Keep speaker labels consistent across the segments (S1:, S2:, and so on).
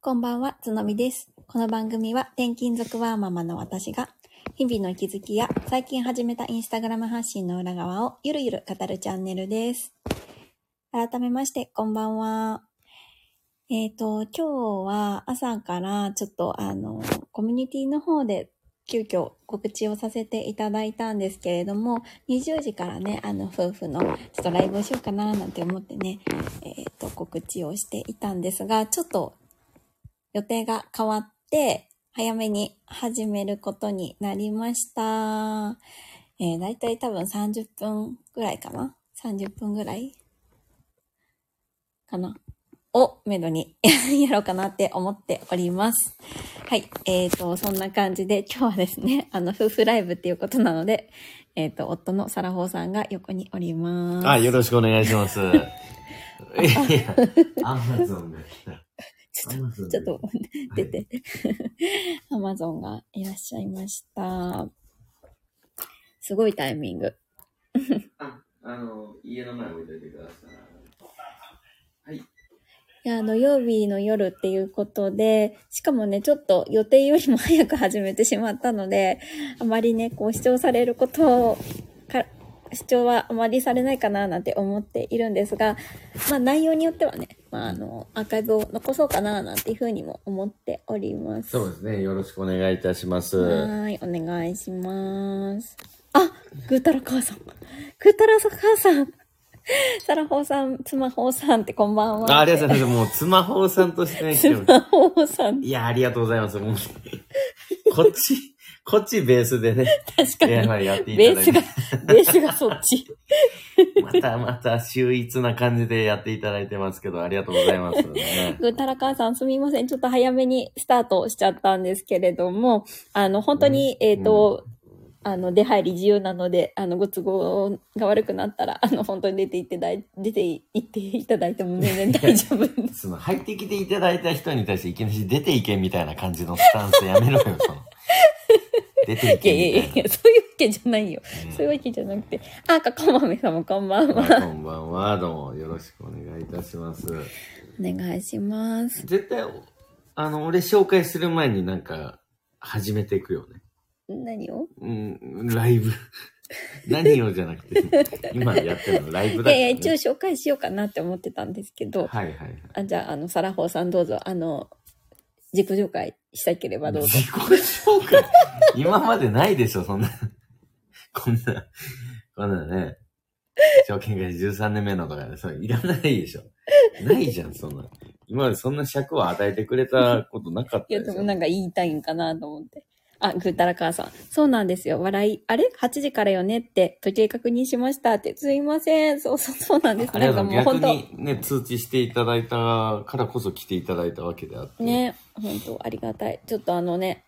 S1: こんばんは、つのみです。この番組は転勤族ワーママの私が、日々の気づきや最近始めたインスタグラム発信の裏側をゆるゆる語るチャンネルです。改めまして、こんばんは。えっ、と、今日は朝からちょっとあの、コミュニティの方で急遽告知をさせていただいたんですけれども、20時からね、あの、夫婦のちょっとライブをしようかななんて思ってね、えっ、と、告知をしていたんですが、ちょっと予定が変わって、早めに始めることになりました。えー、だいたい多分30分ぐらいかな ?30 分ぐらいかなをめどに やろうかなって思っております。はい。えっ、ー、と、そんな感じで今日はですね、 あの、夫婦ライブっていうことなので、えっ、と、夫のサラホーさんが横におります。
S2: あ、よろしくお願いし ます。いや、アマゾンで来た。
S1: ちょっと
S2: アマゾン
S1: ち
S2: で
S1: ょっと出て、アマゾンがいらっしゃいました。すごいタイミング。
S2: あ、あの、家の前置いといてください。はい。
S1: いや、土曜日の夜っていうことで、しかもね、ちょっと予定よりも早く始めてしまったので、あまりね、こう、視聴されることをか、視聴はあまりされないかななんて思っているんですが、まあ内容によってはね、まああの、アーカイブを残そうかななんていうふうにも思っております。
S2: そうですね。よろしくお願いいたします。
S1: はーい、お願いします。あ、ぐーたら母さん。ぐーたら母さん。サラホーさん、つまほーさんってこんばんは。
S2: あありがとうございます。もう、スマホさんとしてね、来て
S1: つ
S2: る
S1: まほーさん。
S2: いや、ありがとうございます。もう、こっち、こっちベースでね、
S1: 確
S2: いやま
S1: か
S2: あやって
S1: に。
S2: い
S1: ベ
S2: た
S1: ー
S2: だい
S1: ス
S2: て
S1: が、、ベースがそっち。
S2: またまた秀逸な感じでやっていただいてますけど、ありがとうござい ます。ね
S1: ぐーたら母さんすみません。ちょっと早めにスタートしちゃったんですけれども、あの、本当に、えっ、と、あの、出入り自由なので、あの、ご都合が悪くなったら、あの、本当に出ていただい、出ていっていただいても全然大丈夫です。
S2: その入ってきていただいた人に対していきなり出ていけみたいな感じのスタンスやめろよ、その。出てい
S1: いやいや
S2: けみ
S1: い
S2: たい
S1: や、そういうわけじゃないよ。そういう
S2: な。
S1: わけじゃなくて。あ、かこまめさんもこんばんは。
S2: うんこんばんは、どうもよろしくお願いいたします。
S1: お願いします。
S2: 絶対、あの、俺紹介する前になんか、始めていくよね。
S1: 何を
S2: うん、ライブ。何をじゃなくて、今やってるのライブ
S1: い
S2: だ
S1: や
S2: から
S1: いや、
S2: ね、
S1: 一応紹介しようかなって思ってたんですけど、
S2: はいはいはい。
S1: あじゃあ、あの、サラホーさんどうぞ、あの、自己紹介したければどうぞ。
S2: 自己 紹介今までないでしょ、そんな。 こんな、こんなね。証券会社13年目のとかね、そういらないでしょ。ないじゃん、そんな。今までそんな尺を与えてくれたことなかった
S1: いや、
S2: でし
S1: でも
S2: ょ。
S1: なんか言いたいんかなと思って。あ、ぐーたら母さん。そうなんですよ。笑い、あれ ?8 時からよねって、時計確認しましたって。すいません。そうそう、そうなんです。
S2: あり
S1: な
S2: が
S1: ん
S2: と
S1: か
S2: う
S1: もう
S2: 逆
S1: 本当。
S2: にね、通知していただいたからこそ来ていただいたわけであって。
S1: ね、本当ありがたい。ちょっとあのね、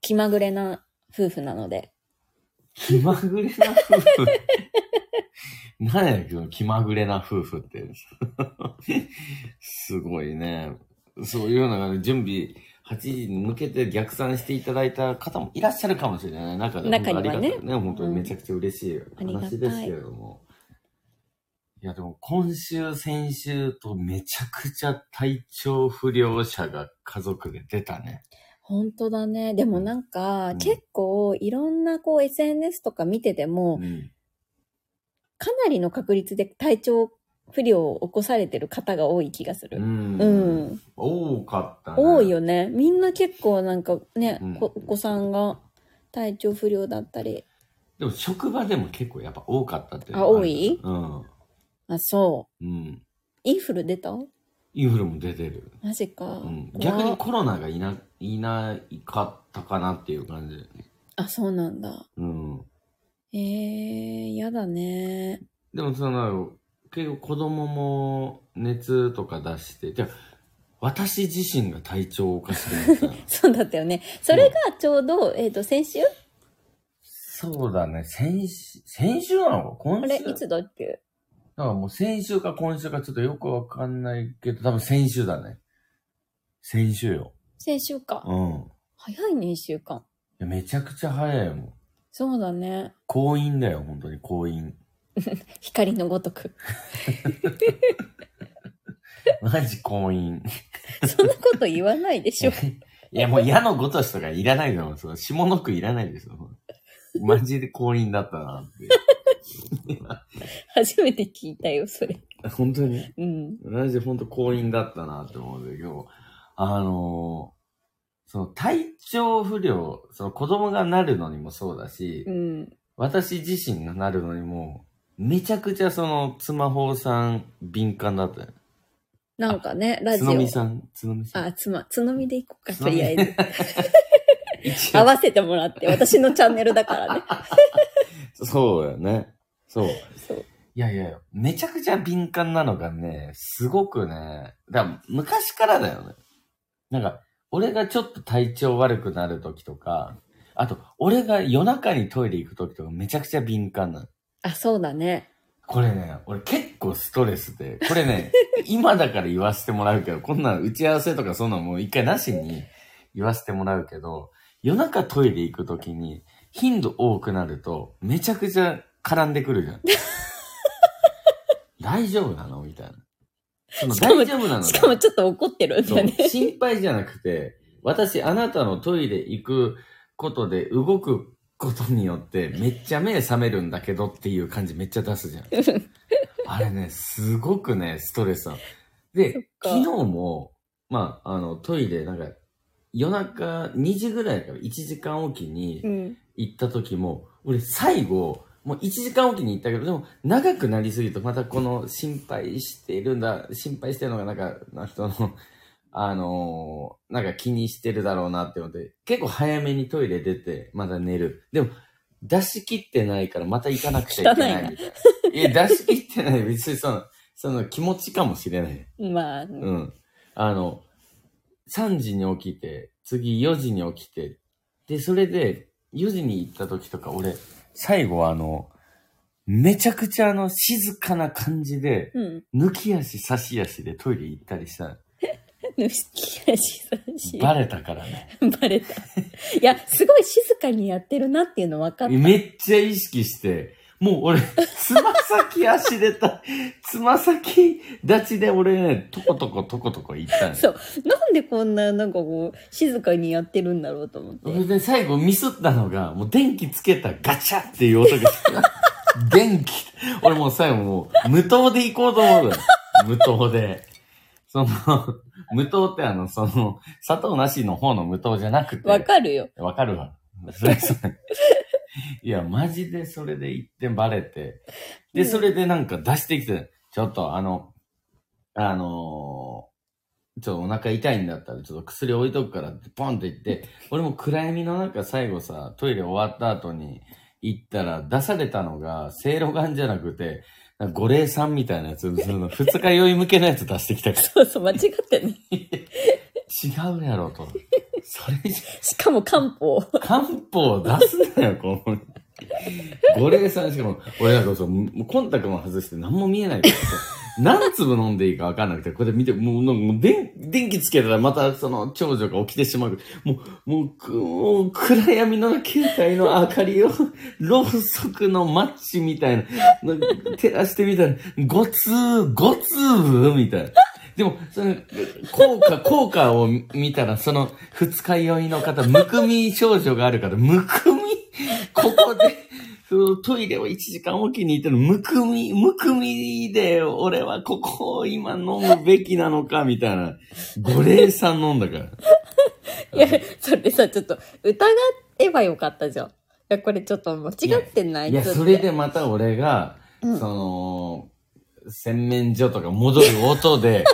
S1: 気まぐれな夫婦なので。
S2: 気まぐれな夫婦。何やけど、気まぐれな夫婦って。すごいね。そういうのが、ね、準備、8時に向けて逆算していただいた方もいらっしゃるかもしれない。中で
S1: 中にはね
S2: 本当ありがたいね、本当にめちゃくちゃ嬉しい
S1: りがたい
S2: 話ですけれども。いや、でも今週、先週とめちゃくちゃ体調不良者が家族で出たね。
S1: 本当だね。でもなんか、
S2: うん
S1: 結構いろんなこう SNS とか見てても
S2: う、ん。
S1: かなりの確率で体調不良を起こされてる方が多い気がす
S2: う
S1: る。
S2: ん。
S1: うん。
S2: 多かったね。
S1: 多いよね。みんな結構なんかね、
S2: うん
S1: こお子さんが体調不良だったり。
S2: でも職場でも結構やっぱ多かったっていう
S1: あ、多い
S2: うん。
S1: あ、そう。
S2: うん。
S1: インフル出た
S2: インフルも出てる。
S1: マジか。
S2: うん。
S1: うわ
S2: 逆にコロナがいな、いないかったかなっていう感じ。
S1: あ、そうなんだ。
S2: うん。
S1: えー、やだね。
S2: でもその、結構子供も熱とか出して、じゃ私自身が体調おかしく なった。
S1: そうだったよね。それがちょうど、えっ、と、先週
S2: そうだね。先週、先週なのか
S1: あ
S2: 今週
S1: れ、いつだっけ
S2: だからもう先週か今週かちょっとよくわかんないけど、多分先週だね。先週よ。
S1: 先週か。
S2: うん。い
S1: 早いね、一週間。
S2: やめちゃくちゃ早いもん。
S1: そうだね。
S2: 婚姻だよ、本当に婚姻。
S1: 光のごとく。
S2: マジ婚姻。
S1: そんなこと言わないでしょ。
S2: いや、もう矢のごとしとかいらないだろう。その下の句いらないですよ。マジで降臨だったなっ
S1: 初めて聞いたよ、それ。
S2: て。本当に
S1: うん。
S2: マジで本当降臨だったなって思うんだけど、あのーその体調不良、その子供がなるのにもそうだし、
S1: うん。
S2: 私自身がなるのにも、めちゃくちゃその、つまほうさん敏感だったよ。
S1: なんかね、ラジ
S2: つ
S1: オ
S2: の。みさん、つのみさん。
S1: あ、つま、つのみでいこうか、
S2: つ
S1: と
S2: のみ
S1: りあえず。
S2: 一 応
S1: 合わせてもらって、私のチャンネルだから ね。
S2: そうだよね。そう。
S1: そう。
S2: いやいや、めちゃくちゃ敏感なのがね、すごくね、だから昔からだよね。なんか、俺がちょっと体調悪くなる時とか、あと、俺が夜中にトイレ行く時とかめちゃくちゃ敏感なの。
S1: あ、そうだね。
S2: これね、俺結構ストレスで、こ れね、今だから言わせてもらうけど、こんなん打ち合わせとかそんなんもう一回なしに言わせてもらうけど、夜中トイレ行くときに頻度多くなると、めちゃくちゃ絡んでくる じゃん。大丈夫なのみたいな。その
S1: しかも
S2: 大丈夫なの
S1: しかもちょっと怒ってるんだ
S2: そ
S1: よ
S2: う
S1: ね。
S2: 心配じゃなくて、私、あなたのトイレ行くことで動くことによって、めっちゃ目覚めるんだけどっていう感じめっちゃ出すじゃん。あれね、すごくね、ストレスなの。
S1: そっ
S2: で、
S1: か
S2: 昨日も、まあ、あの、トイレ、なんか、夜中2時ぐらいから1時間おきに
S1: うん。
S2: 行った時も、俺最後、もう1時間おきに行ったけど、でも長くなりすぎると、またこの心配してるんだ、心配してるのがなんか、な人の、 あのーなんか気にしてるだろうなって思って、結構早めにトイレ出て、まだ寝る。でも、出し切ってないから、また行かなくちゃいけ ないみたいな。いや、出し切ってない。別にその、その気持ちかもしれない。
S1: まあ、
S2: うん。あの、3時に起きて、次4時に起きて、で、それで、4時に行った時とか、俺、最後はあの、めちゃくちゃあの、静かな感じで、
S1: うん。
S2: 抜き足差し足でトイレ行ったりした。
S1: ぬしきやしさし。
S2: バレたからね。
S1: バレた。いや、すごい静かにやってるなっていうの分かった。
S2: めっちゃ意識して、もう 俺、つま先足でた、つま先立ちで俺ね、とことことことこ行ったんです
S1: そう。なんでこんな、なんかこう、静かにやってるんだろうと思っ
S2: そ
S1: て。
S2: れで最後ミスったのが、もう電気つけたガチャっていう音がした。電気。俺もう最後もう無糖で行こうと思うのよ。無糖で。その、無糖ってあの、その、砂糖なしの方の無糖じゃなくて。
S1: わかるよ。
S2: わかるわ。それそれいや、マジでそれで一点バレて。
S1: う
S2: で、
S1: ん
S2: それでなんか出してきて、ちょっとあの、あのーちょっとお腹痛いんだったら、ちょっと薬置いとくからって、ポンって言って、俺も暗闇の中最後さ、トイレ終わった後に行ったら、出されたのが、せいろがんじゃなくて、なんか五霊さんみたいなやつ、その二日酔い向けのやつ出してきたか
S1: そうそう、間違ってね。
S2: ら、違うやろと。それじゃ
S1: しかも漢方。
S2: 漢方出すなよ、この。五霊さんしかも、俺なんかそう、もうコンタクトも外して何も見えないからさ、何粒飲んでいいか分かんなくて、これ見て、もう、なんかもう電電気つけたらまたその長女が起きてしまう。もう、もうく、もう暗闇の携帯の明かりを、ろうそくのマッチみたいな、なんか照らしてみたら、ごつー、ごつーみたいな。でも、その、効果、効果を見たら、その、二日酔いの方、むくみ症状があるから、むくみ、ここで、そのトイレを1時間おきに行ってる、むくみ、むくみで、俺はここを今飲むべきなのか、みたいな。五霊さん飲んだから。
S1: いや、それさ、ちょっと、疑えばよかったじゃん。いや、これちょっと間違ってない
S2: いや、
S1: つって
S2: それでまた俺が、
S1: うん
S2: その、洗面所とか戻る 音で、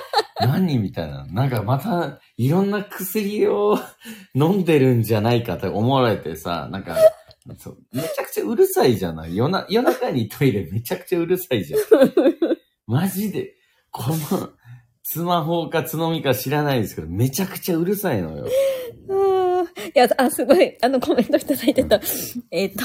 S2: 何みたいな。なんかまた、いろんな薬を飲んでるんじゃないかって思われてさ、なんか、そうめちゃくちゃうるさいじゃない夜な夜中にトイレめちゃくちゃうるさ いじゃん。マジで、この、スマホかつのみか知らないですけど、めちゃくちゃうるさいのよ。
S1: あーいや、あ、すごい、あの、コメントいただいてた。えっと、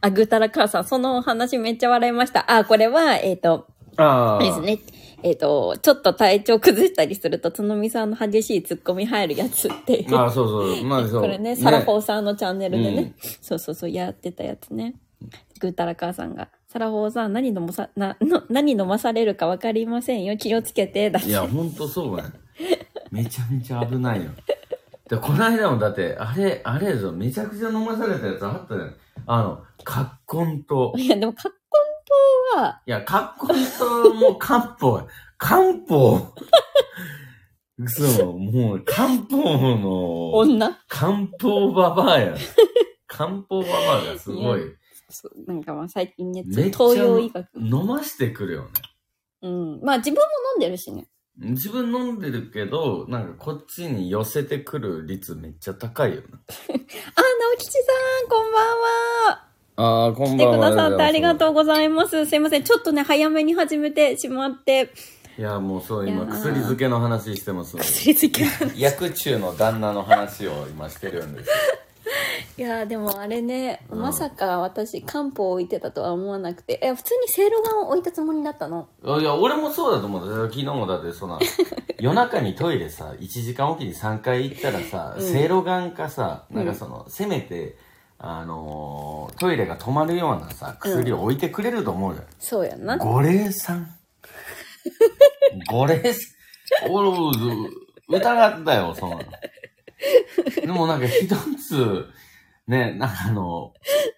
S1: あ、ぐーたら母さん、そのお話めっちゃ笑いました。あ、これは、えっと、
S2: あ
S1: あれですね。えっと、ちょっと体調崩したりすると、つのみさんの激しいツッコミ入るやつっていう。
S2: ああ、そうそう。まあそう。
S1: これね、サラホーさんのチャンネルでね、
S2: うん
S1: そうそうそう、やってたやつね。ぐーたら母さんが、サラホーさん何飲まさ、な、の何飲まされるかわかりませんよ、気をつけて、だ
S2: いや、ほんとそうや。めちゃめちゃ危ないよ。で、この間もだって、あれ、あれやぞ、めちゃくちゃ飲まされたやつあったじゃん。あの、葛根と、
S1: いや、でも、カッコンは、
S2: いや、葛根と、もう漢方、漢方。嘘、もう漢方の、
S1: 女
S2: 漢方ババアや。漢方ババアがすごい
S1: い、そうなんかまあ最近ね、ちょ
S2: め
S1: っ
S2: っちゃ
S1: と東洋医学。
S2: 飲ましてくるよね。
S1: うん。まあ自分も飲んでるしね。
S2: 自分飲んでるけど、なんかこっちに寄せてくる率めっちゃ高いよな。
S1: あ、直吉さん、こんばんは。
S2: ああ、こ
S1: 来てくださってありがと
S2: う。
S1: うございます。すいません。ちょっとね、早めに始めてしまって、
S2: いや、もうそう、今、
S1: いやー
S2: 薬漬けの話してますので。
S1: 薬つけ。い
S2: 薬中の旦那の話を今してるんです。
S1: やー、でもあれね、
S2: うん
S1: まさか私、漢方を置いてたとは思わなくて、え、普通にセいろがんを置いたつもりだったの。
S2: いや、俺もそうだと思うんだよ。昨日もだって、その、夜中にトイレさ、1時間おきに3回行ったらさ、
S1: うん
S2: せいろがんかさ、なん
S1: う
S2: か
S1: ん
S2: その、せめて、あのートイレが止まるようなさ、薬を置いてくれると思うじゃん。
S1: そうやんな。
S2: 五霊さ ん。五霊さん。俺、う疑ったよ、そんなの。でもなんか一つ、ね、なんかあの、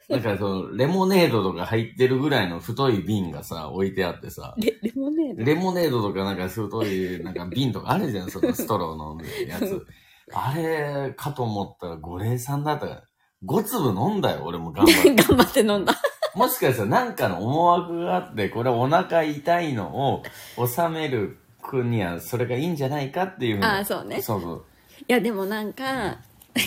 S2: なんかその、レモネードとか入ってるぐらいの太い瓶がさ、置いてあってさ、
S1: レレモネード。
S2: レモネードとかなんか太い、なんか瓶とかあるじゃん、そのストローのやつ。あれ、かと思ったら五霊さんだったから、5粒飲んだよ、俺も頑張っ て。
S1: 頑張って飲んだ。
S2: もしかしたらなんかの思惑があって、これお腹痛いのを収める君にはそれがいいんじゃないかっていうふうに。
S1: ああ、そうね。
S2: そうそう。
S1: いや、でもなんか、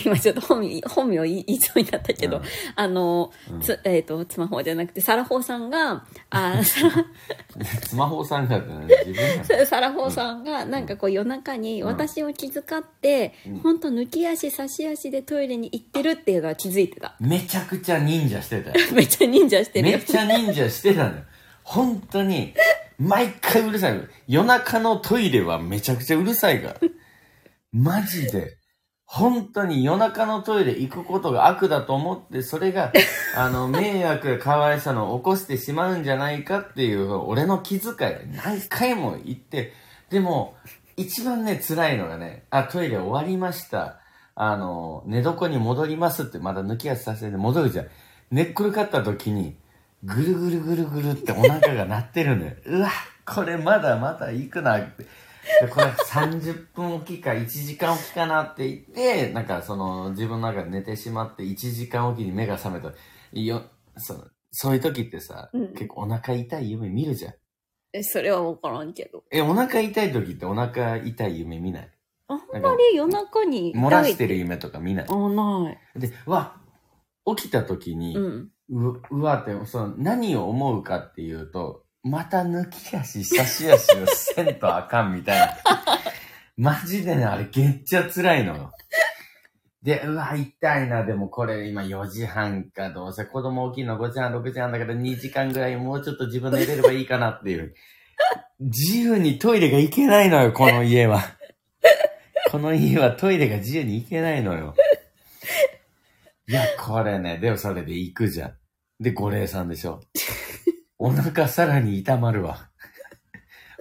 S1: 今ちょっと本名、本名言い言いそうになったけど、
S2: うん
S1: あの、
S2: うん
S1: つ、えっ、と、スマホじゃなくて、サラホーさんが、あー、サラ
S2: スマホさんがってね、自分 が。
S1: サラホーさんがなんかこう夜中に
S2: うん
S1: 私を気遣って、
S2: うん
S1: ほんと抜き足差し足でトイレに行ってるっていうのは気づいてた
S2: めちゃくちゃ忍者してたよ。
S1: めっちゃ忍者してる
S2: め
S1: よ
S2: っちゃ忍者してたのよ。本当に、毎回うるさいの。夜中のトイレはめちゃくちゃうるさいから。マジで。本当に夜中のトイレ行くことが悪だと思って、それが、あの、迷惑や可愛さの起こしてしまうんじゃないかっていう、俺の気遣い、何回も言って、でも、一番ね、辛いのがね、あ、トイレ終わりました。あの、寝床に戻りますって、まだ抜き足させて戻るじゃん。寝っ転がった時に、ぐるぐるぐるぐるってお腹が鳴ってるんだよ。うわ、これまだまだ行くなって。でこれ30分おきか1時間おきかなって言って、なんかその自分の中で寝てしまって1時間おきに目が覚めた。いよ、そのそういう時ってさ、
S1: うん
S2: 結構お腹痛い夢見るじゃん。
S1: えそれは分からんけど
S2: え、お腹痛い時ってお腹痛い夢見ない
S1: あんまり夜中に
S2: 漏らしてる夢とか見ない
S1: あない
S2: で、わ、起きた時に、
S1: うん
S2: ううわって、その何を思うかっていうと、また抜き足、差し足をせんとあかんみたいな。マジでね、あれ、めっちゃ辛いのよ。で、うわ、痛いな、でもこれ今4時半か、どうせ子供大きいの5時半、6時半だから2時間ぐらいもうちょっと自分で入れればいいかなっていう。自由にトイレが行けないのよ、この家は。この家はトイレが自由に行けないのよ。いや、これね、でもそれで行くじゃん。で、五霊さんでしょ。お腹さらに痛まるわ。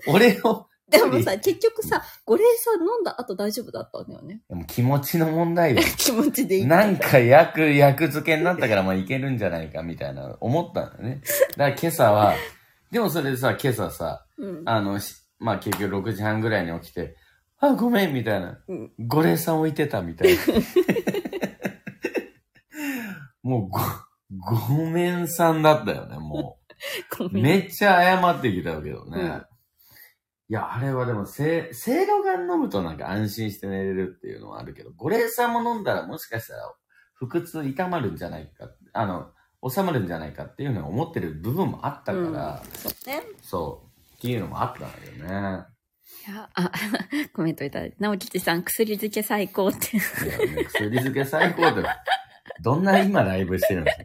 S2: 俺を、
S1: でもさ結局さ五霊さん飲んだ後大丈夫だったんだよね
S2: でも気持ちの問題よ。
S1: 気持ちでいい
S2: なんか薬、薬漬けになったからまあいけるんじゃないかみたいな思ったんだよね。だから今朝は、でもそれでさ、今朝さ、
S1: うん、
S2: あの、しまあ結局6時半ぐらいに起きて、あ、ごめんみたいな
S1: うん。
S2: 五霊さん置いてたみ たいな。もうご、ごめんさんだったよね、もう。
S1: ごめん
S2: めっちゃ謝ってきたけどね。
S1: うん
S2: いや、あれはでも、せ、せいろがん飲むとなんか安心して寝れるっていうのはあるけど、五霊さんも飲んだらもしかしたら、腹痛痛まるんじゃないか、あの、収まるんじゃないかっていうのは思ってる部分もあったから、
S1: そうね
S2: そう、っていうのもあったんだけどね。
S1: いやあコメントいただいて直吉さん薬漬け最高って
S2: いや、ね、薬漬け最高だよ。どんな今ライブ してるんですか、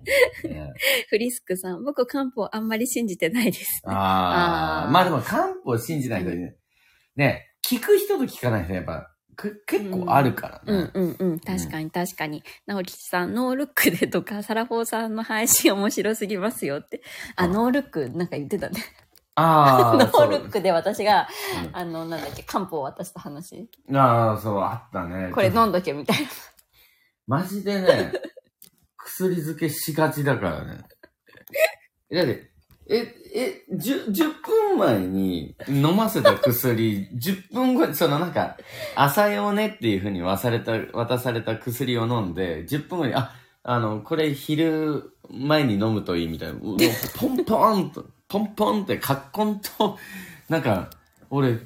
S2: ね、
S1: フリスクさん僕漢方あんまり信じてないです
S2: あ
S1: あ
S2: あ。
S1: ー
S2: まあでも漢方信じない人ね、ね、聞く人と聞かない人やっぱ、く結構あるから
S1: う
S2: ね。
S1: んうんうん。確かに確かに。直吉さん、ノールックでとか、サラフォーさんの配信面白すぎますよって。あ、
S2: うん
S1: ノールックなんか言ってたね。
S2: あ
S1: ノ
S2: あ、そ
S1: ールッ
S2: う。
S1: クで私が、
S2: うん
S1: あの、なんだっけ、漢方を渡した話。
S2: ああ、そう、あったね。
S1: これ飲んどけみたいな。
S2: マジでね、 薬漬けしがちだからね。だって、え、え、じゅ10分前に飲ませた薬、10分 後に、そのなんか、朝用ねっていう風に渡された、渡された薬を飲んで、10分後に、あ、あの、これ昼前に飲むといいみたいな、うもうポンポンと、 ポンポンって、カッコンと、なんか、俺、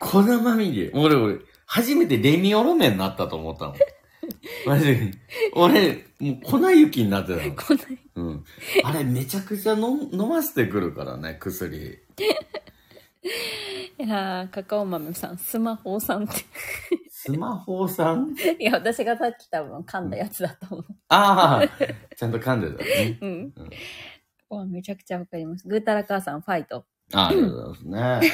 S2: 粉まみれ、俺、俺、初めてレミオロメンになったと思ったの。マジで。俺、もう粉雪になってたの。
S1: こんな
S2: うん。あれ、めちゃくちゃ飲飲ませてくるからね、薬。
S1: いやーカカオ豆さん、スマホさんって。
S2: スマホさん
S1: いや、私がさっき多分噛んだやつだと思う。
S2: ああ、ちゃんと噛んでたね。
S1: うん。
S2: うん
S1: ここはめちゃくちゃわかります。ぐーたら母さん、ファイト。
S2: ああ、ありがとうございますね。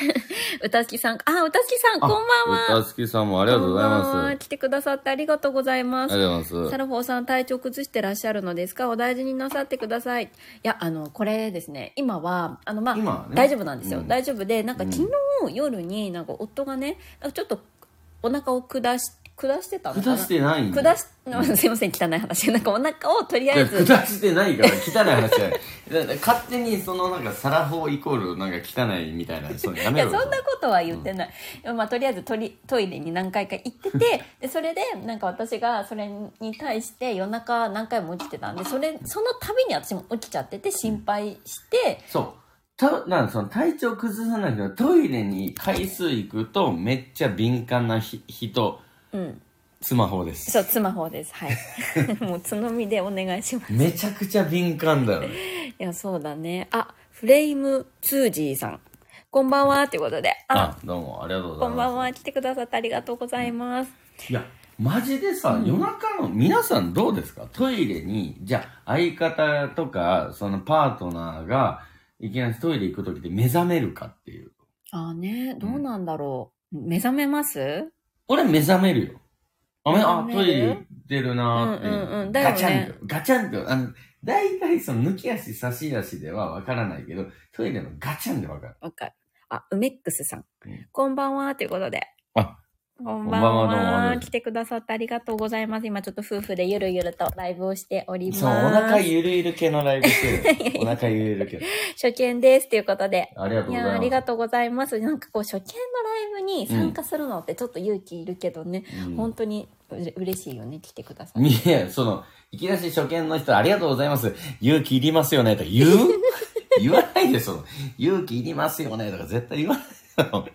S1: うたすきさん、あ、うたすきさん、こんばんは。
S2: あ。歌好きさんもありがとうございます。
S1: こんばんは来てくださってありがとうございます
S2: あ。りがとうござ
S1: サ
S2: いま
S1: ルフォーさん体調崩してらっしゃるのですかお大事になさってください。いや、あの、これですね、今は、あの、まあ、
S2: す。今はね。
S1: 大丈夫なんですよ。
S2: うん
S1: 大丈夫で、なんか
S2: うん
S1: 昨日夜になんか夫がね、なんかちょっとお腹を下し、下してたのかな
S2: 下してないんだ
S1: 下し、 すいません、汚い話。なんかお腹をとりあ
S2: い
S1: え
S2: や
S1: ず、
S2: 下してないから汚い話じゃないだから勝手にそのなんかサラフォーイコールなんか汚いみたいなそういうのや
S1: い
S2: め
S1: や
S2: ろ
S1: そんなことは言ってない、まあ、とりあえずトリトイレに何回か行っててでそれでなんか私がそれに対して夜中何回も起きてたんでそれその度に私も起きちゃってて心配して
S2: そう。た、なんかその体調崩さないけど、トイレに回数行くとめっちゃ敏感なひ人、
S1: うん
S2: スマホです。
S1: そうスマホですはい もうつのみでお願いします
S2: めちゃくちゃ敏感だよね。
S1: いやそうだねあフレイムツージーさんこんばんはということであ
S2: あ、どうもありがとうござ
S1: こ
S2: います。
S1: んばんは来てくださってありがとうございます
S2: いや、マジでさ、夜中の、皆さんどうですかトイレに、じゃあ、相方とか、そのパートナーが、いきなりトイレ行くときで目覚めるかっていう。
S1: ああねどうなんだろう、目覚めます
S2: 俺目覚めるよ。あ、めあ
S1: 目覚
S2: ト
S1: める
S2: イレ行ってるなーっていう。
S1: うんうんうんだよね
S2: ガチャンと、ガチャンと、あの、大体その抜き足差し足ではわからないけど、トイレのガチャンでわかる。
S1: わかる。あ、ウメックスさん
S2: うん。
S1: こんばんは、ということで。
S2: あ
S1: こん
S2: こ
S1: ばん
S2: んばんはどうもありがと
S1: は。
S2: う
S1: 来てくださってありがとうございます。今ちょっと夫婦でゆるゆるとライブをしております。
S2: そう、お腹ゆるゆる系のライブしてる。お腹ゆるゆる系。
S1: 初見です。ということで。
S2: ありがと
S1: い
S2: うござい
S1: や
S2: ま
S1: ー
S2: す。
S1: ありがとうございます。なんかこう、初見のライブに参加するのってちょっと勇気いるけどね。
S2: うん
S1: 本当にうれ嬉しいよね。来てください。
S2: いや、その、いきなり初見の人、ありがとうございます。勇気いりますよね、とか言 う言わないでしょ。勇気いりますよね、とか絶対言わないよ。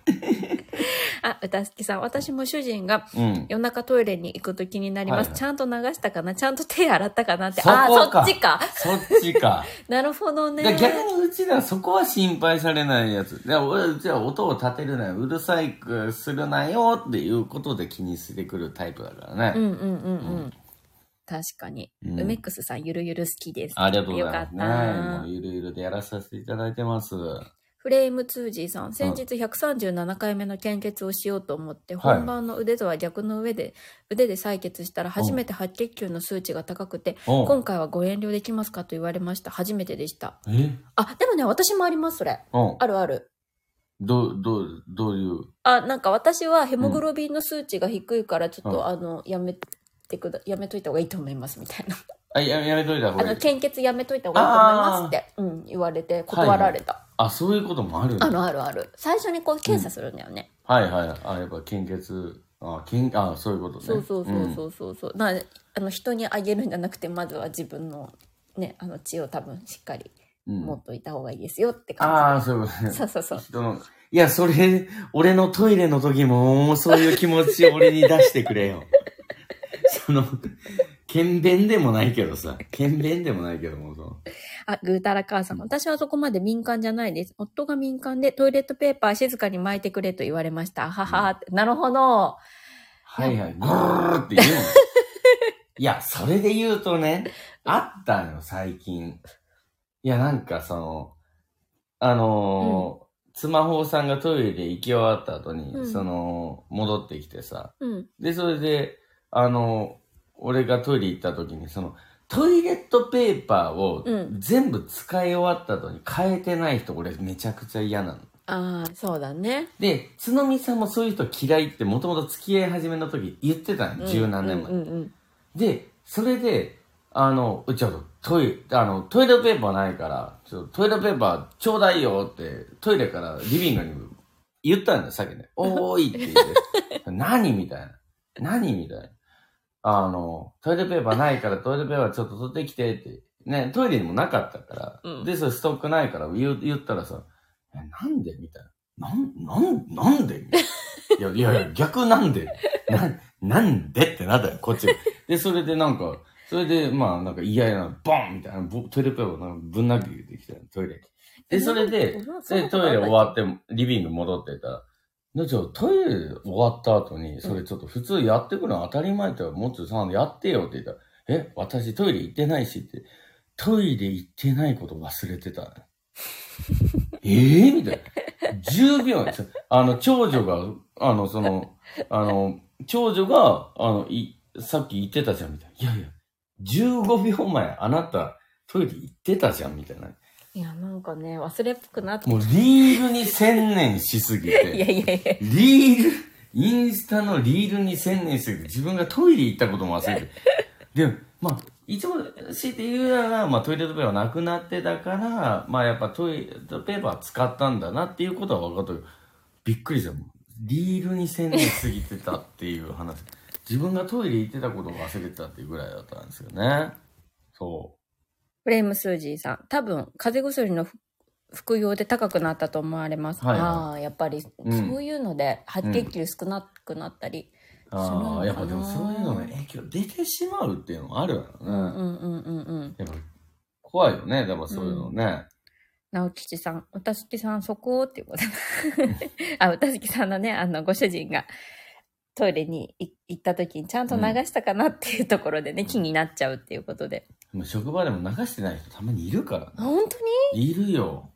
S1: あ、歌好きさん。私も主人が
S2: うん。
S1: 夜中トイレに行くと気になります。
S2: はいはい
S1: ちゃんと流したかなちゃんと手洗ったかなって。
S2: そこ
S1: あー、そ
S2: か
S1: っちか。
S2: そっちか。
S1: なるほどね。
S2: で逆にうちらそこは心配されないやつ。で俺うちら音を立てるなよ、うるさいくするなよっていうことで気にしてくるタイプだから
S1: う
S2: ね。
S1: んうんうんうん。確かに。
S2: うん
S1: ウメックスさん、ゆるゆる好きです。
S2: ありがとうござい
S1: よか
S2: ま
S1: った
S2: すね。もうゆるゆるでやらさせていただいてます。
S1: フレームツージーさん、先日137回目の献血をしようと思って、
S2: はい
S1: 本番の腕とは逆の上で、腕で採血したら初めて白血球の数値が高くて、
S2: お
S1: 今
S2: う
S1: 回はご遠慮できますかと言われました。初めてでした。
S2: え
S1: あ、でもね、私もあります、それ。
S2: おう
S1: あるある。
S2: どう、どう、どういう。
S1: あ、なんか私はヘモグロビンの数値が低いから、ちょっと、
S2: うん
S1: あの、やめてくだ、やめといた方がいいと思います、みたいな。
S2: あ、ややめといた方
S1: あ
S2: がい
S1: の
S2: い。
S1: 献血やめといた方がいいと思いますって、うん、言われて断られた、
S2: あ、そういうこともあるん
S1: あ
S2: だ。
S1: るあるある最初にこう検査するんだよね、
S2: はいはい。あ、やっぱ献血。あ、献、あ、そういうことね。
S1: そうそうそうんそうそうそうなあの人にあげるんじゃなくてまずは自分のねあの血を多分しっかり
S2: うん
S1: 持っといた方がいいですよって感
S2: ああ、そういうことね
S1: じ、。そうそうそう
S2: 人の、いや、それ、俺のトイレの時も、そういう気持ちを俺に出してく れよ。その、剣弁でもないけどさ、剣弁でもないけども、その、
S1: あぐーたら母さん私はそこまで民間じゃないです夫が民間でトイレットペーパー静かに巻いてくれと言われましたあははってなるほど
S2: はいはい、ぐーって言うの。いや、それで言うとね、あったのよ、最近。いや、なんかその、あのースマホさんがトイレ行き終わった後に、
S1: うん
S2: その、戻ってきてさ、
S1: うん
S2: で、それで、あの、俺がトイレ行った時に、その、トイレットペーパーを
S1: うん
S2: 全部使い終わった後に変えてない人、俺めちゃくちゃ嫌なの。
S1: ああ、そうだね。
S2: で、つのみさんもそういう人嫌いってもともと付き合い始めの時言ってたの、
S1: うん
S2: 十何年前。
S1: うんうん
S2: で、それで、あの、うちょっとトイレ、あの、トイレットペーパーないから、ちょっとトイレットペーパーちょうだいよって、トイレからリビングに言ったんだよ、さっきね。おーいって言って。 何みたいな。何みたいな。あの、トイレットペーパーないから、トイレットペーパーちょっと取ってきてって。ね、トイレにもなかったから。
S1: うん
S2: で、それストックないから言う言ったらさ、えなんでみたいな。なん、なん、なんでみたいないや、いやいや、逆なんでな、なんでってなったよ、こっちが。で、それでなんか、それで、まあ、なんか嫌やな、ボンみたいな、ぼトイレペーパーなんかぶん投げてきたよ、トイレに。で、それで、で、トイレ終わって、リビング戻ってたら、で、ちょ、トイレ終わった後に、それちょっと普通やってくるの当たり前って、もっとさんやってよって言ったら、え、私トイレ行ってないしって、トイレ行ってないこと忘れてた、ね。ええみたいな。10秒ですよあの、長女が、あの、その、あの、長女が、あの、い、さっき言ってたじゃん、みたいな。いやいや、15秒前、あなた、トイレ行ってたじゃん、みたいな。
S1: いや、なんかね、忘れっぽくなって。
S2: もうリールに専念しすぎ
S1: いや
S2: て。
S1: いやいや。
S2: リール、インスタのリールに専念しすぎて、自分がトイレ行ったことも 忘れて。でも、まあ、一応、強いて言うなら、まあトイレットペーパーなくなってたから、まあやっぱトイレットペーパー使ったんだなっていうことは分かったけど、びっくりした。リールに専念しすぎてたっていう話。自分がトイレ行ってたことも忘れてたっていうぐらいだったんですよね。そう。
S1: フレームスージーさん、多分、風邪薬の服服用で高くなったと思われます。
S2: はいはい
S1: ああ、やっぱり、
S2: うん
S1: そういうので、白血球少なくなったり。するの
S2: あ
S1: か
S2: あ、
S1: な
S2: やっぱでもそういうのが影響出てしまうっていうのもあるよね。
S1: うん、うん、うんうんうん。
S2: やっぱ怖いよね、だからそういうのね。
S1: 直吉さん、おたすきさん、そこっていうこと。 あ、おたすきさんのね、あの、ご主人がトイレにい行った時にちゃんと流したかなっていうところでね、気になっちゃうっていうことで。
S2: もう職場でも流してない人たまにいるから
S1: あ
S2: ね。
S1: 本当に
S2: いるよ。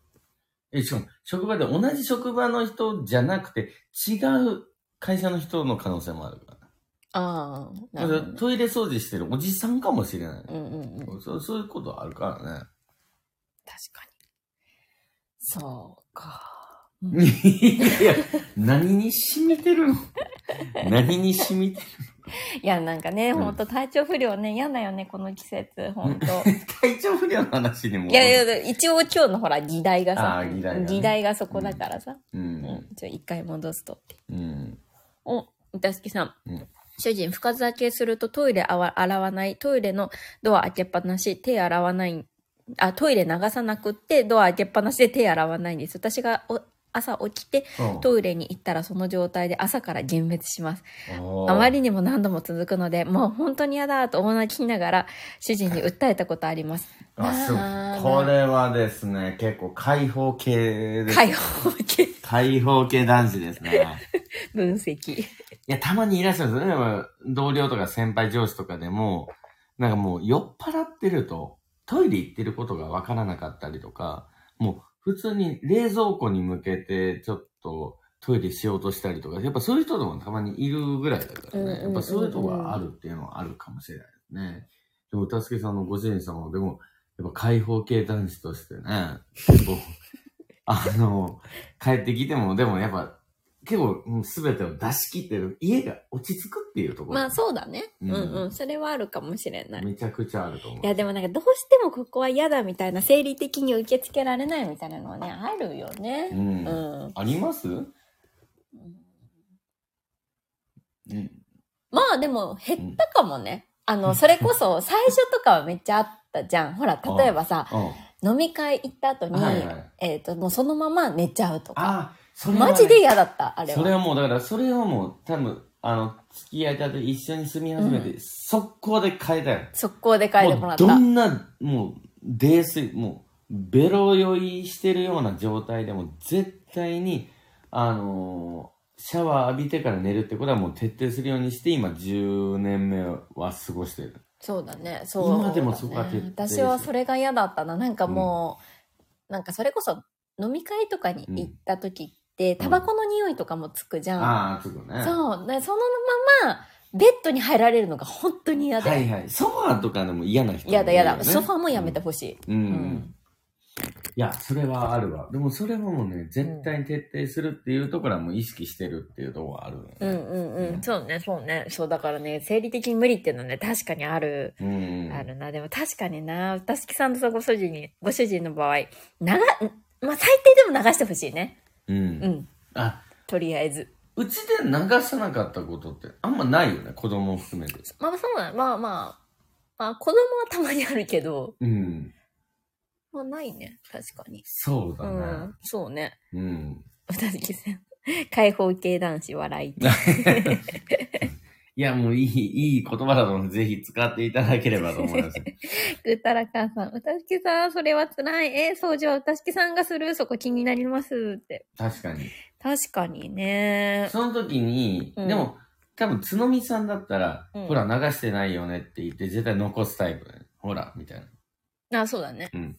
S2: え、しかも、職場で同じ職場の人じゃなくて、違う会社の人の可能性もあるからね。
S1: ああ、なるほ
S2: だから
S1: どね。
S2: トイレ掃除してるおじさんかもしれない。
S1: うんうんうん。確
S2: そうそういうことあるからね。
S1: かに。そうか。
S2: いや、何に染みてるの何に染みてる
S1: いや、なんかね、
S2: うん
S1: ほんと体調不良ね、嫌だよね、この季節、ほんと。
S2: 体調不良の話に も。
S1: いやいや、一応今日のほら、議題がさ、
S2: あー議題がね
S1: がそこだからさ、
S2: う
S1: うん
S2: ん。
S1: ちょ一回戻すとって。
S2: うん。
S1: お、板すきさん。
S2: うん
S1: 主人、深酒するとトイレあわ洗わない、トイレのドア開けっぱなし、手洗わない、あ、トイレ流さなくって、ドア開けっぱなしで手洗わないんです。私がお朝起きて、トイレに行ったらその状態で朝から幻滅します。あまりにも何度も続くので、もう本当に嫌だと思い泣きながら、主人に訴えたことあります。
S2: あすごい
S1: あー
S2: これはですね、結構解放系です。
S1: 解放系
S2: 解放系男子ですね。
S1: 分析。
S2: いや、たまにいらっしゃるんですよねまあ。同僚とか先輩上司とかでも、なんかもう酔っ払ってると、トイレ行ってることがわからなかったりとか、もう普通に冷蔵庫に向けてちょっとトイレしようとしたりとか、やっぱそういう人でもたまにいるぐらいだから
S1: うんうんうんう
S2: ね。
S1: ん
S2: やっぱそういうとこがあるっていうのはあるかもしれないですね。でも、歌助さんのご主人様もでも、やっぱ解放系男子としてね、こうあの、帰ってきても、でもやっぱ、結構、うん全てを出し切ってる。家が落ち着くっていうところ。
S1: まあそうだね。う
S2: うんん
S1: うん。それはあるかもしれない。
S2: めちゃくちゃあると思う。
S1: いやでもなんかどうしてもここは嫌だみたいな生理的に受け付けられないみたいなのはねあるよ
S2: う
S1: ね。
S2: ん。
S1: うん、
S2: ありますうん。
S1: まあでも減ったかもね。あのそれこそ最初とかはめっちゃあったじゃん。ほら例えばさ飲み会行った後に、
S2: はいはい
S1: えっ、ともうそのまま寝ちゃうとか。
S2: あ、それはね
S1: マジで嫌だったあれは。
S2: それはもう、だから、それはもう、多分、あの、付き合いたて一緒に住み始めて、速攻で変えたよ。
S1: 速攻で書いてもらった。
S2: うどんな、もう、泥酔、もう、ベロ酔いしてるような状態でも、絶対に、あのーシャワー浴びてから寝るってことはもう徹底するようにして、今10年目は過ごしてる。
S1: そうだね。そう、
S2: 今でもそこが徹底してる
S1: 私はそれが嫌だったな。なんかもう、なんかそれこそ飲み会とかに行った時って、
S2: ん
S1: タバコの匂いとかもつくじゃん。
S2: ああ、つくね。
S1: そう。でそのまま、ベッドに入られるのが本当に嫌で。
S2: はいはい。ソファーとかでも嫌な人もいる
S1: 嫌
S2: よ
S1: だ嫌だ。
S2: ね、
S1: ソファーもやめてほしい。
S2: うん。うん
S1: うん
S2: いや、それはあるわ。でもそれももうね、絶対に徹底するっていうところはもう意識してるっていうところはあるよね。
S1: うんうんうん。そうね、そうね。そう、だからね、生理的に無理っていうのはね、確かにある。
S2: うんうん。
S1: あるな。でも確かにな、たすきさんとご主人に、ご主人の場合、流、んまあ、最低でも流してほしいね。
S2: うん。
S1: うん。
S2: あ、
S1: とりあえず。
S2: うちで流さなかったことってあんまないよね、子供を含めて。
S1: まあ、そうだ。まあまあ、まあ、子供はたまにあるけど、
S2: うん。
S1: まあ、ないね。確かに。
S2: そう
S1: う
S2: だね
S1: ん。。そうね。
S2: うん。
S1: たすきさん。開放系男子笑い。
S2: いや、もういい、いい言葉だと思うぜひ使っていただければと思います。
S1: ぐたらかんさん。うたすきさん、それは辛い。えー、掃除はうたすきさんがするそこ気になりますって。
S2: 確かに。
S1: 確かにね。
S2: その時に、
S1: うん
S2: でも、多分、つのみさんだったら、
S1: うん
S2: ほら、流してないよねって言って、絶対残すタイプだよね。ほら、みたいな。
S1: あ、そうだね。
S2: うん。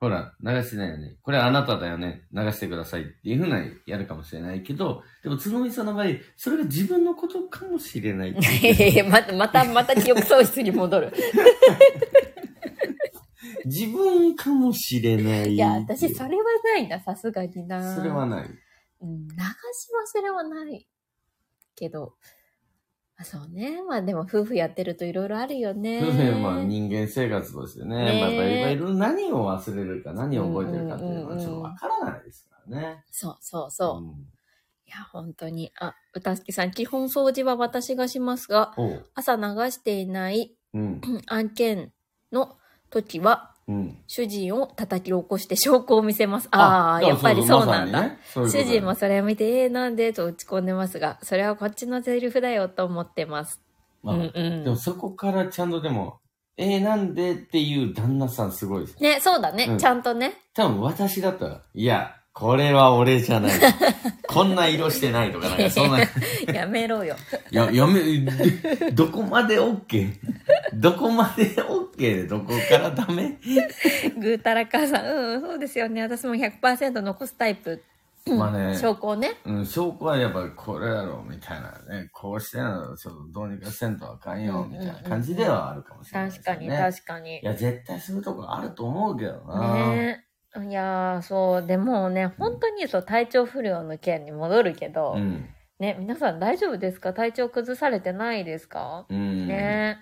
S2: ほら、流してないよね。これあなただよね。流してくださいっていうふうなやるかもしれないけど、でも、つのみさんの場合、それが自分のことかもしれないって
S1: いや
S2: いう。
S1: いやまた、また、また記憶喪失に戻る。
S2: 自分かもしれないっていう。
S1: いや、私、それはないな、さすがにな。
S2: それはない。
S1: うん、流し忘れはないけど、まあ、そうね。まあでも夫婦やってるといろいろあるよね。
S2: まあ人間生活としてね、
S1: ねえ
S2: まあやっぱいろいろ何を忘れるか何を覚えてるかっていうのはちょっとわからないですからね。
S1: そうそうそう。い
S2: うん
S1: や、本当に。あ、うたすきさん、基本掃除は私がしますが、
S2: おう
S1: 朝流していない
S2: うん。
S1: うん案件の時は、
S2: うん。
S1: 主人を叩き起こして証拠を見せます。ああ、やっぱりそうなんだ。。主人も
S2: も。
S1: それを見て、えー、なんでと打ち込んでますが、それはこっちのセリフだよと思ってます。
S2: まあ
S1: うんうん。
S2: でもそこからちゃんとでも、えー、なんでっていう旦那さんすごいです。
S1: ね、そうだね、
S2: うん
S1: ちゃんとね。
S2: 多分私だったら、いや、これは俺じゃない。こんな色してないとか、なんかそんな。い
S1: やめろよ。
S2: や、やめ、で どこまで OK? どこまで OK でどこからダメ
S1: ぐーたらかさん、うんうん、そうですよね。私も100%残すタイプ。
S2: まあね。
S1: 証拠をね。
S2: うん、証拠はやっぱこれだろうみたいなね、こうしてんのちょっとどうにかせんとあかんよみたいな感じではあるかもしれない、
S1: 確かに、
S2: か
S1: 確かに
S2: い。や、絶対するとこあると思うけどな。
S1: ねいやー、そう、でもね、本当にそう、体調不良の件に戻るけど、
S2: うん。
S1: ね、皆さん大丈夫ですか体調崩されてないですか、
S2: うん。
S1: ね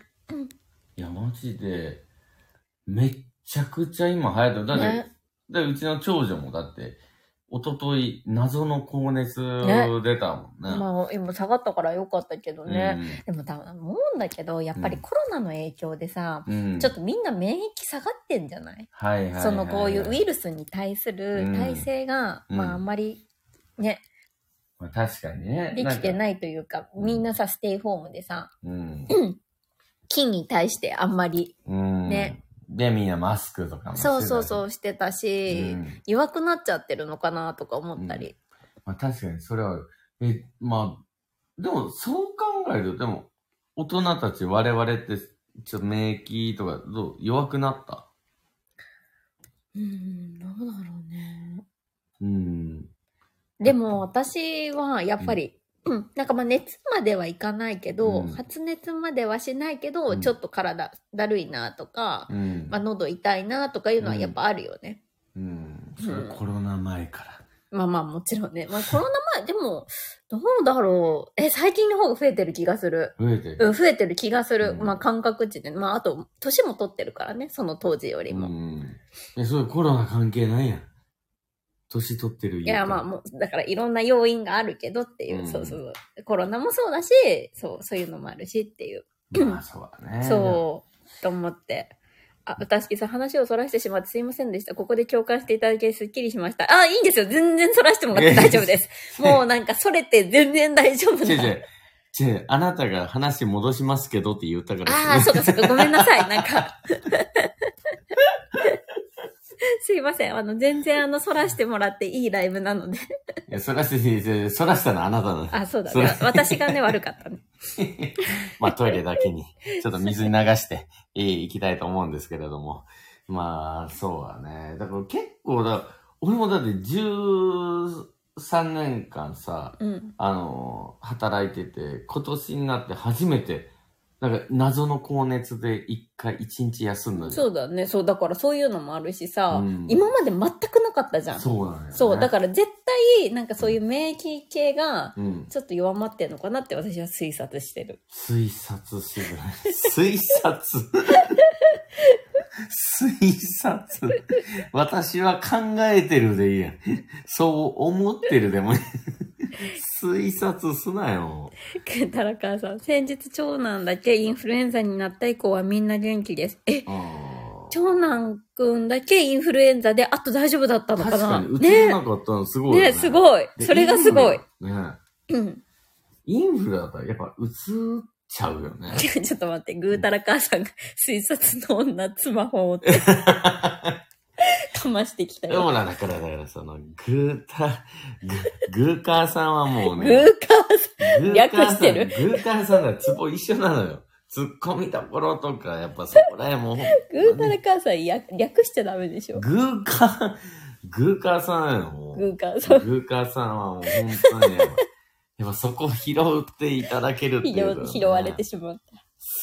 S2: いや、マジで、めっちゃくちゃ今流行ってる。だって、
S1: ね
S2: だってうちの長女もだって、一昨日謎の高熱
S1: ね
S2: 出たもんね。
S1: まあ、今下がったから良かったけど
S2: うん
S1: ね。でも多分、思うんだけど、やっぱりコロナの影響でさ、
S2: うん。
S1: ちょっとみんな免疫下がってんじゃない
S2: はいはいはいはい、
S1: そのこういうウイルスに対する耐性が、
S2: うん
S1: ま
S2: うん
S1: ああんまりね、
S2: まあ、確かにね。
S1: できて
S2: い。
S1: ないというか、
S2: うん
S1: みんなさ、ステイホームでさ、
S2: うん。
S1: 菌に対してあんまり、
S2: うん。
S1: ね。
S2: で、みんなマスクとかもしてた
S1: そう
S2: し
S1: そうそうしてたし、
S2: うん
S1: 弱くなっちゃってるのかなとか思ったり。
S2: まあ、確かにそれは、え、まあ、でもそう考えると、でも、大人たち我々って、ちょっと免疫とか、どう弱くなった
S1: うん、どうだろうね。
S2: うん。
S1: でも私はやっぱり、うん、なんかまあ熱まではいかないけど、
S2: うん
S1: 発熱まではしないけど、
S2: うん
S1: ちょっと体だるいなとか、
S2: うん。
S1: まあ喉痛いなとかいうのはやっぱあるよね。
S2: うん。それコロナ前から。
S1: まあまあもちろんね。まあコロナ前、でも、どうだろう。え、最近の方が増えてる気がする。
S2: 増えてる。
S1: うん、増えてる気がする。
S2: うん
S1: まあ感覚値で。まああと、年も取ってるからね、その当時より
S2: う
S1: も。
S2: ん。え、それコロナ関係ないやん。年取ってる
S1: いや、まあ
S2: う。
S1: もう、だからいろんな要因があるけどっていう、
S2: うん
S1: そうそうそう。コロナもそうだし、そう、そういうのもあるしっていう。
S2: まあ、そうだね。
S1: そう、と思って。あ、歌敷さん話をそらしてしまってすいませんでした。ここで共感していただけすっきりしました。あ、いいんですよ。全然そらしてもらって大丈夫 です。もうなんかそれて全然大丈夫
S2: 違う
S1: な
S2: 違う。違う、あなたが話戻しますけどって言ったから。
S1: ああ、そうかそうか、ごめんなさい、なんか。 すいません、あの、全然あの、そらしてもらっていいライブなので。
S2: いや、そらして、そらしたのはあなただ。
S1: あ、そうだ
S2: そ
S1: ね
S2: ら。
S1: 私がね、悪かったね。
S2: まあトイレだけに、ちょっと水に流して、えー行きたいと思うんですけれども。まあ、そうだね。だから結構だ、俺もだって13 3年間さ、
S1: うん。
S2: あの、働いてて、今年になって初めて、なんか謎の高熱で一回一日休んだじゃん
S1: そうだね。そう、だからそういうのもあるしさ、
S2: うん
S1: 今まで全くなかったじゃん。そう,、
S2: そうなのよ、ね。
S1: だから絶対、なんかそういう免疫系が、
S2: ら。うん。
S1: ちょっと弱まってんのかなって私は推察してる。
S2: 推察する。推察推察私は考えてるでいいやん。そう思ってるでもいい。推察すなよ。
S1: タラカーさん、先日長男だけインフルエンザになった以降はみんな元気です。え、
S2: あー
S1: 長男くんだけインフルエンザで、あと大丈夫だったのか
S2: 確か
S1: な
S2: に、映
S1: ね
S2: らなかったのすごいよ
S1: ねすごい。
S2: で
S1: それがすごい。。
S2: インフルね
S1: うん。
S2: インフルだったらやっぱ映っちゃうよね。
S1: ちょっと待って、ぐーたら母さんが推察の女、スマホをって。 かましてきた
S2: で
S1: よ。
S2: もな、だから、だから、その、グータ、ググーカーさんはもう
S1: ぐ
S2: ね、
S1: ーか
S2: グーカー
S1: 略
S2: さん
S1: してる
S2: グーカーさんはツボ一緒なのよ。ツッコミどころとか、やっぱそこらへんもう、
S1: ぐーたら母さんや略しちゃダメでしょ。
S2: グーカー、グーカーさんなのよ、もう。
S1: ぐーかさん。
S2: グーカーさんはもう本当にやばい、 やっぱそこ拾っていただけるっていうか、
S1: 拾拾われてしまう。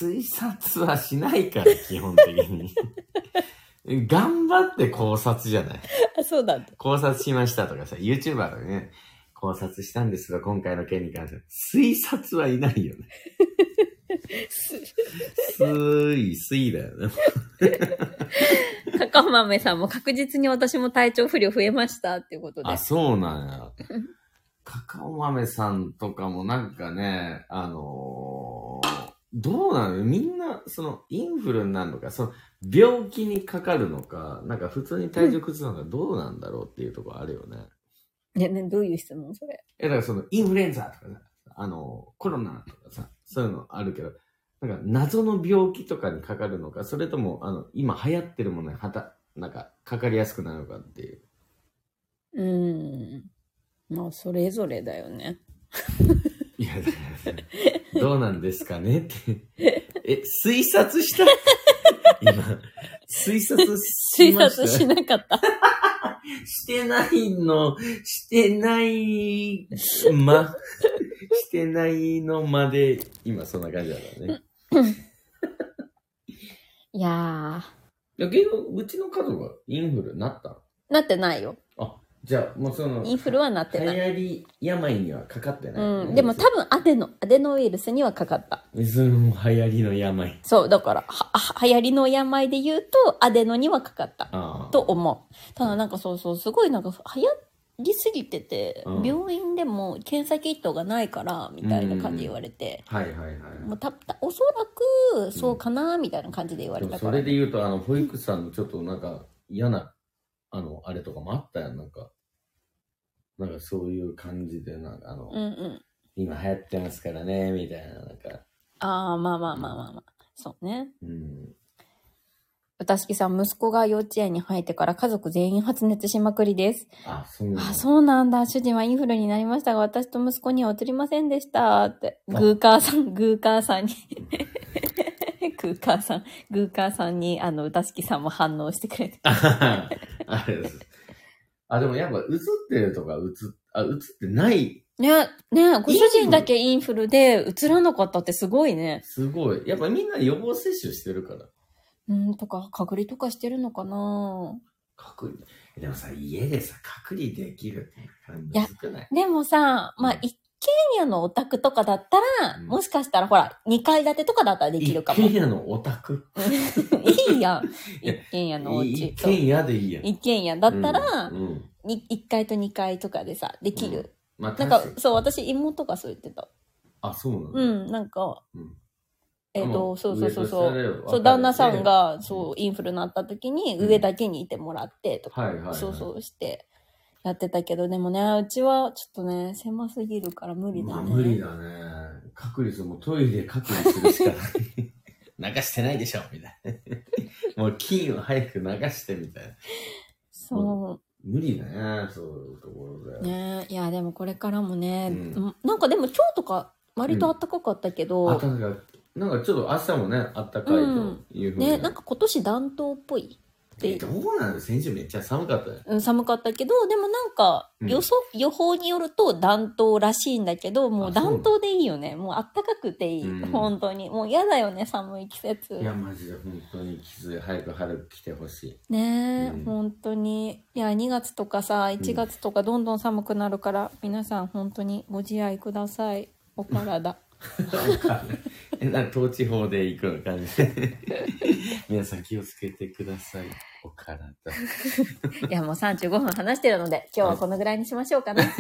S2: 推察はしないから、基本的に。 頑張って考察じゃない
S1: あ、そうだね。
S2: 考察しましたとかさ、YouTuber とかね、考察したんですが、今回の件に関しては、推察はいないよね。推、推だよね。
S1: かかまめさんも確実に私も体調不良増えましたっていうことで
S2: あ、。そうなんや。カカオ豆さんとかもなんかね、あのーどうなのみんな、その、インフルになるのか、その、病気にかかるのか、なんか普通に体調崩すのか、どうなんだろうっていうところあるよね。
S1: ね、ね、どういう質問それ。
S2: え、だからその、インフルエンザとかさ、あの、コロナとかさ、そういうのあるけど、なんか謎の病気とかにかかるのか、それとも、あの、今流行ってるものにはた、なんか、かかりやすくなるのかっていう。
S1: うーん。まあ、それぞれだよね。
S2: いや、だ からそれどうなんですかねって。え、推察した今、推察し
S1: 推
S2: ました
S1: 察しなかった。
S2: してないの、してない、ま、してないのまで、今そんな感じだからね。
S1: いや
S2: いや、結局、うちの家族はインフルなった
S1: ー、なってないよ。
S2: のあ、じゃあ、もうその、
S1: インフルはなってない。
S2: 流行り病にはかかってない、
S1: うん、でも多分アデノ、アデノウイルスにはかかった。
S2: 分。それも流行りの病。
S1: そう、だから、は、は流行りの病で言うと、アデノにはかかった。
S2: ああ。
S1: と思う。ただなんかそうそう、すごいなんか流行りすぎてて、
S2: うん
S1: 病院でも検査キットがないから、みたいな感じで言われて、
S2: はいはいはい。
S1: もうたった、おそらく、そうかな、みたいな感じで言われ
S2: でも
S1: た
S2: そ
S1: から
S2: れ。で言うと、あの、保育士さんのちょっとなんか嫌な、あの、あれとかもあったやん、なんか。なんかそういう感じで、なんかあの、
S1: うんうん。
S2: 今流行ってますからね、みたいな、なんか。
S1: ああ、まあまあまあまあまあ。そうね。
S2: うん。
S1: 歌敷さん、息子が幼稚園に入ってから家族全員発熱しまくりです。
S2: あ、そうなんだ
S1: あ、そうなんだ。主人はインフルになりましたが、私と息子には移りませんでした。って、
S2: あ
S1: グーカーさん、グーカーさんに。 グーカーさん、グーカーさんに、あの、歌敷さんも反応してくれて。
S2: あれです。あ、でもやっぱ映ってるとか映っ、あ、映ってない。
S1: ね、ね、ご主人だけインフルで移らなかったってすごいね。
S2: すごい。やっぱみんな予防接種してるから。
S1: うん、とか、隔離とかしてるのかな
S2: 隔離。でもさ、家でさ、隔離できる感
S1: いや
S2: じ少ない。
S1: でもさ、まあ、
S2: うん
S1: 一軒家のお宅とかだったら、
S2: うん
S1: もしかしたらほら、二階建てとかだったらできるかも。
S2: 一軒家のお宅。
S1: いいやん。
S2: いや
S1: 一軒家のお
S2: 一
S1: 家と。
S2: 軒家でいいやん。
S1: 一軒家だったら、
S2: うんうん
S1: に1階と2階とかでさできる、
S2: まあ、
S1: なん
S2: 確
S1: か
S2: かに
S1: そう私妹がそう言ってた
S2: あ、そうなの
S1: う。んなんか
S2: うん
S1: えっ、
S2: も
S1: と
S2: う
S1: そうそうそうそ
S2: 上
S1: う
S2: と下で分かれて
S1: そう旦那さんが
S2: ん
S1: そうインフルになった時に
S2: うん
S1: 上だけにいてもらってとか、
S2: はいはいはい。
S1: そうそうしてやってたけどでもねうちはちょっとね狭すぎるから無理
S2: ま
S1: だ
S2: あ
S1: ね、
S2: 無理だね。隔離する、もうトイレ隔離するしか ない。流してないでしょ、みたいな。もう菌を早く流して、みたいな。
S1: そ
S2: 無理だね、そういうところ
S1: う
S2: で。
S1: ねいやでもこれからもね、
S2: うん
S1: うんなんかでも今日とか割と暖かかったけ
S2: あ
S1: ど、
S2: たなんか、なんかちょっと朝もね、あったかいというふうに。
S1: ねなんか今年暖冬っぽいで
S2: どうなの先週めっちゃ寒かったね。
S1: うん寒かったけど、でもなんか
S2: うん
S1: 予想、予報によると暖冬らしいんだけど、もう
S2: あそうなの
S1: 暖冬でいいよね。もう暖かくていい。
S2: うん
S1: 本当に。もう嫌だよね、寒い季節。
S2: いや、マジで本当にきつい。早く春来てほし い。
S1: ねえ、
S2: うん
S1: 本当に。いや、2月とかさ、1月とかどんどん寒くなるから、皆さん本当にご自愛ください。お 体。
S2: え、なんか統治法で行くの感じで。皆さん気をつけてください。お体。
S1: いや、もう35分話してるので、今日はこのぐらいにしましょうかね。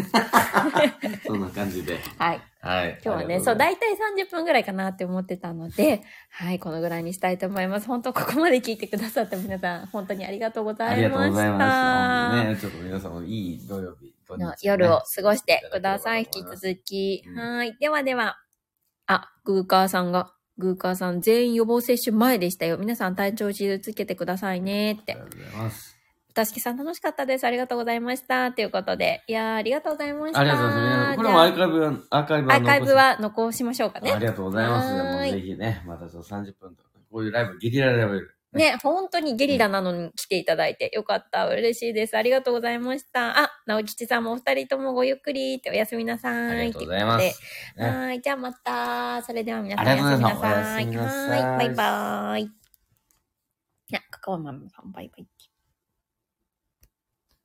S2: そんな感じで。
S1: はい。
S2: はい。
S1: 今日は
S2: あ
S1: ね、
S2: り
S1: そ
S2: が
S1: う、
S2: とござい
S1: 大体30分ぐらいかなって思ってたので、 はい、このぐらいにしたいと思います。本当、ここまで聞いてくださった皆さん、本当にありがとうご
S2: ます。
S1: ざ
S2: あり
S1: い
S2: がとう
S1: ま
S2: ご
S1: し
S2: ざいます。
S1: た。
S2: ね、ちょっと皆さんもいい土曜日、土日ね
S1: の夜を過ごしてください。
S2: た
S1: 引
S2: だければと思ま
S1: き
S2: す
S1: 続き。
S2: うん
S1: はい。ではでは。あ、グーカーさんが、グーカーさん全員予防接種前でしたよ。皆さん体調傷つけてくださいねっ
S2: あり
S1: て
S2: が。とうございます。
S1: たしきさん楽しかったです。ありがとうございました。ということで。いやー、ありがとうございました。
S2: ありがとうございます。これもアーカイブは、アーカイブ
S1: じゃあ
S2: は
S1: アーカ
S2: 残す
S1: イブは残しましょうかね
S2: あ。りがとうございます。
S1: はーい
S2: もうぜひね、またちょっと30分とか、こういうライブ、ゲリラライブ。
S1: ね、本当にゲリラなのに来ていただいてよかった。嬉しいです。ありがとうございました。あ、直吉さんもお二人ともごゆっくりっておやすみなさい。
S2: ありがとうございま
S1: と
S2: す。
S1: いうことではーい、じゃあまた。それでは皆さん
S2: ありがとうござい
S1: お
S2: ます
S1: やすみなさい。
S2: おやすみなさい
S1: はーい、バイバーイ。いや、カカオマムさん、バイバイ。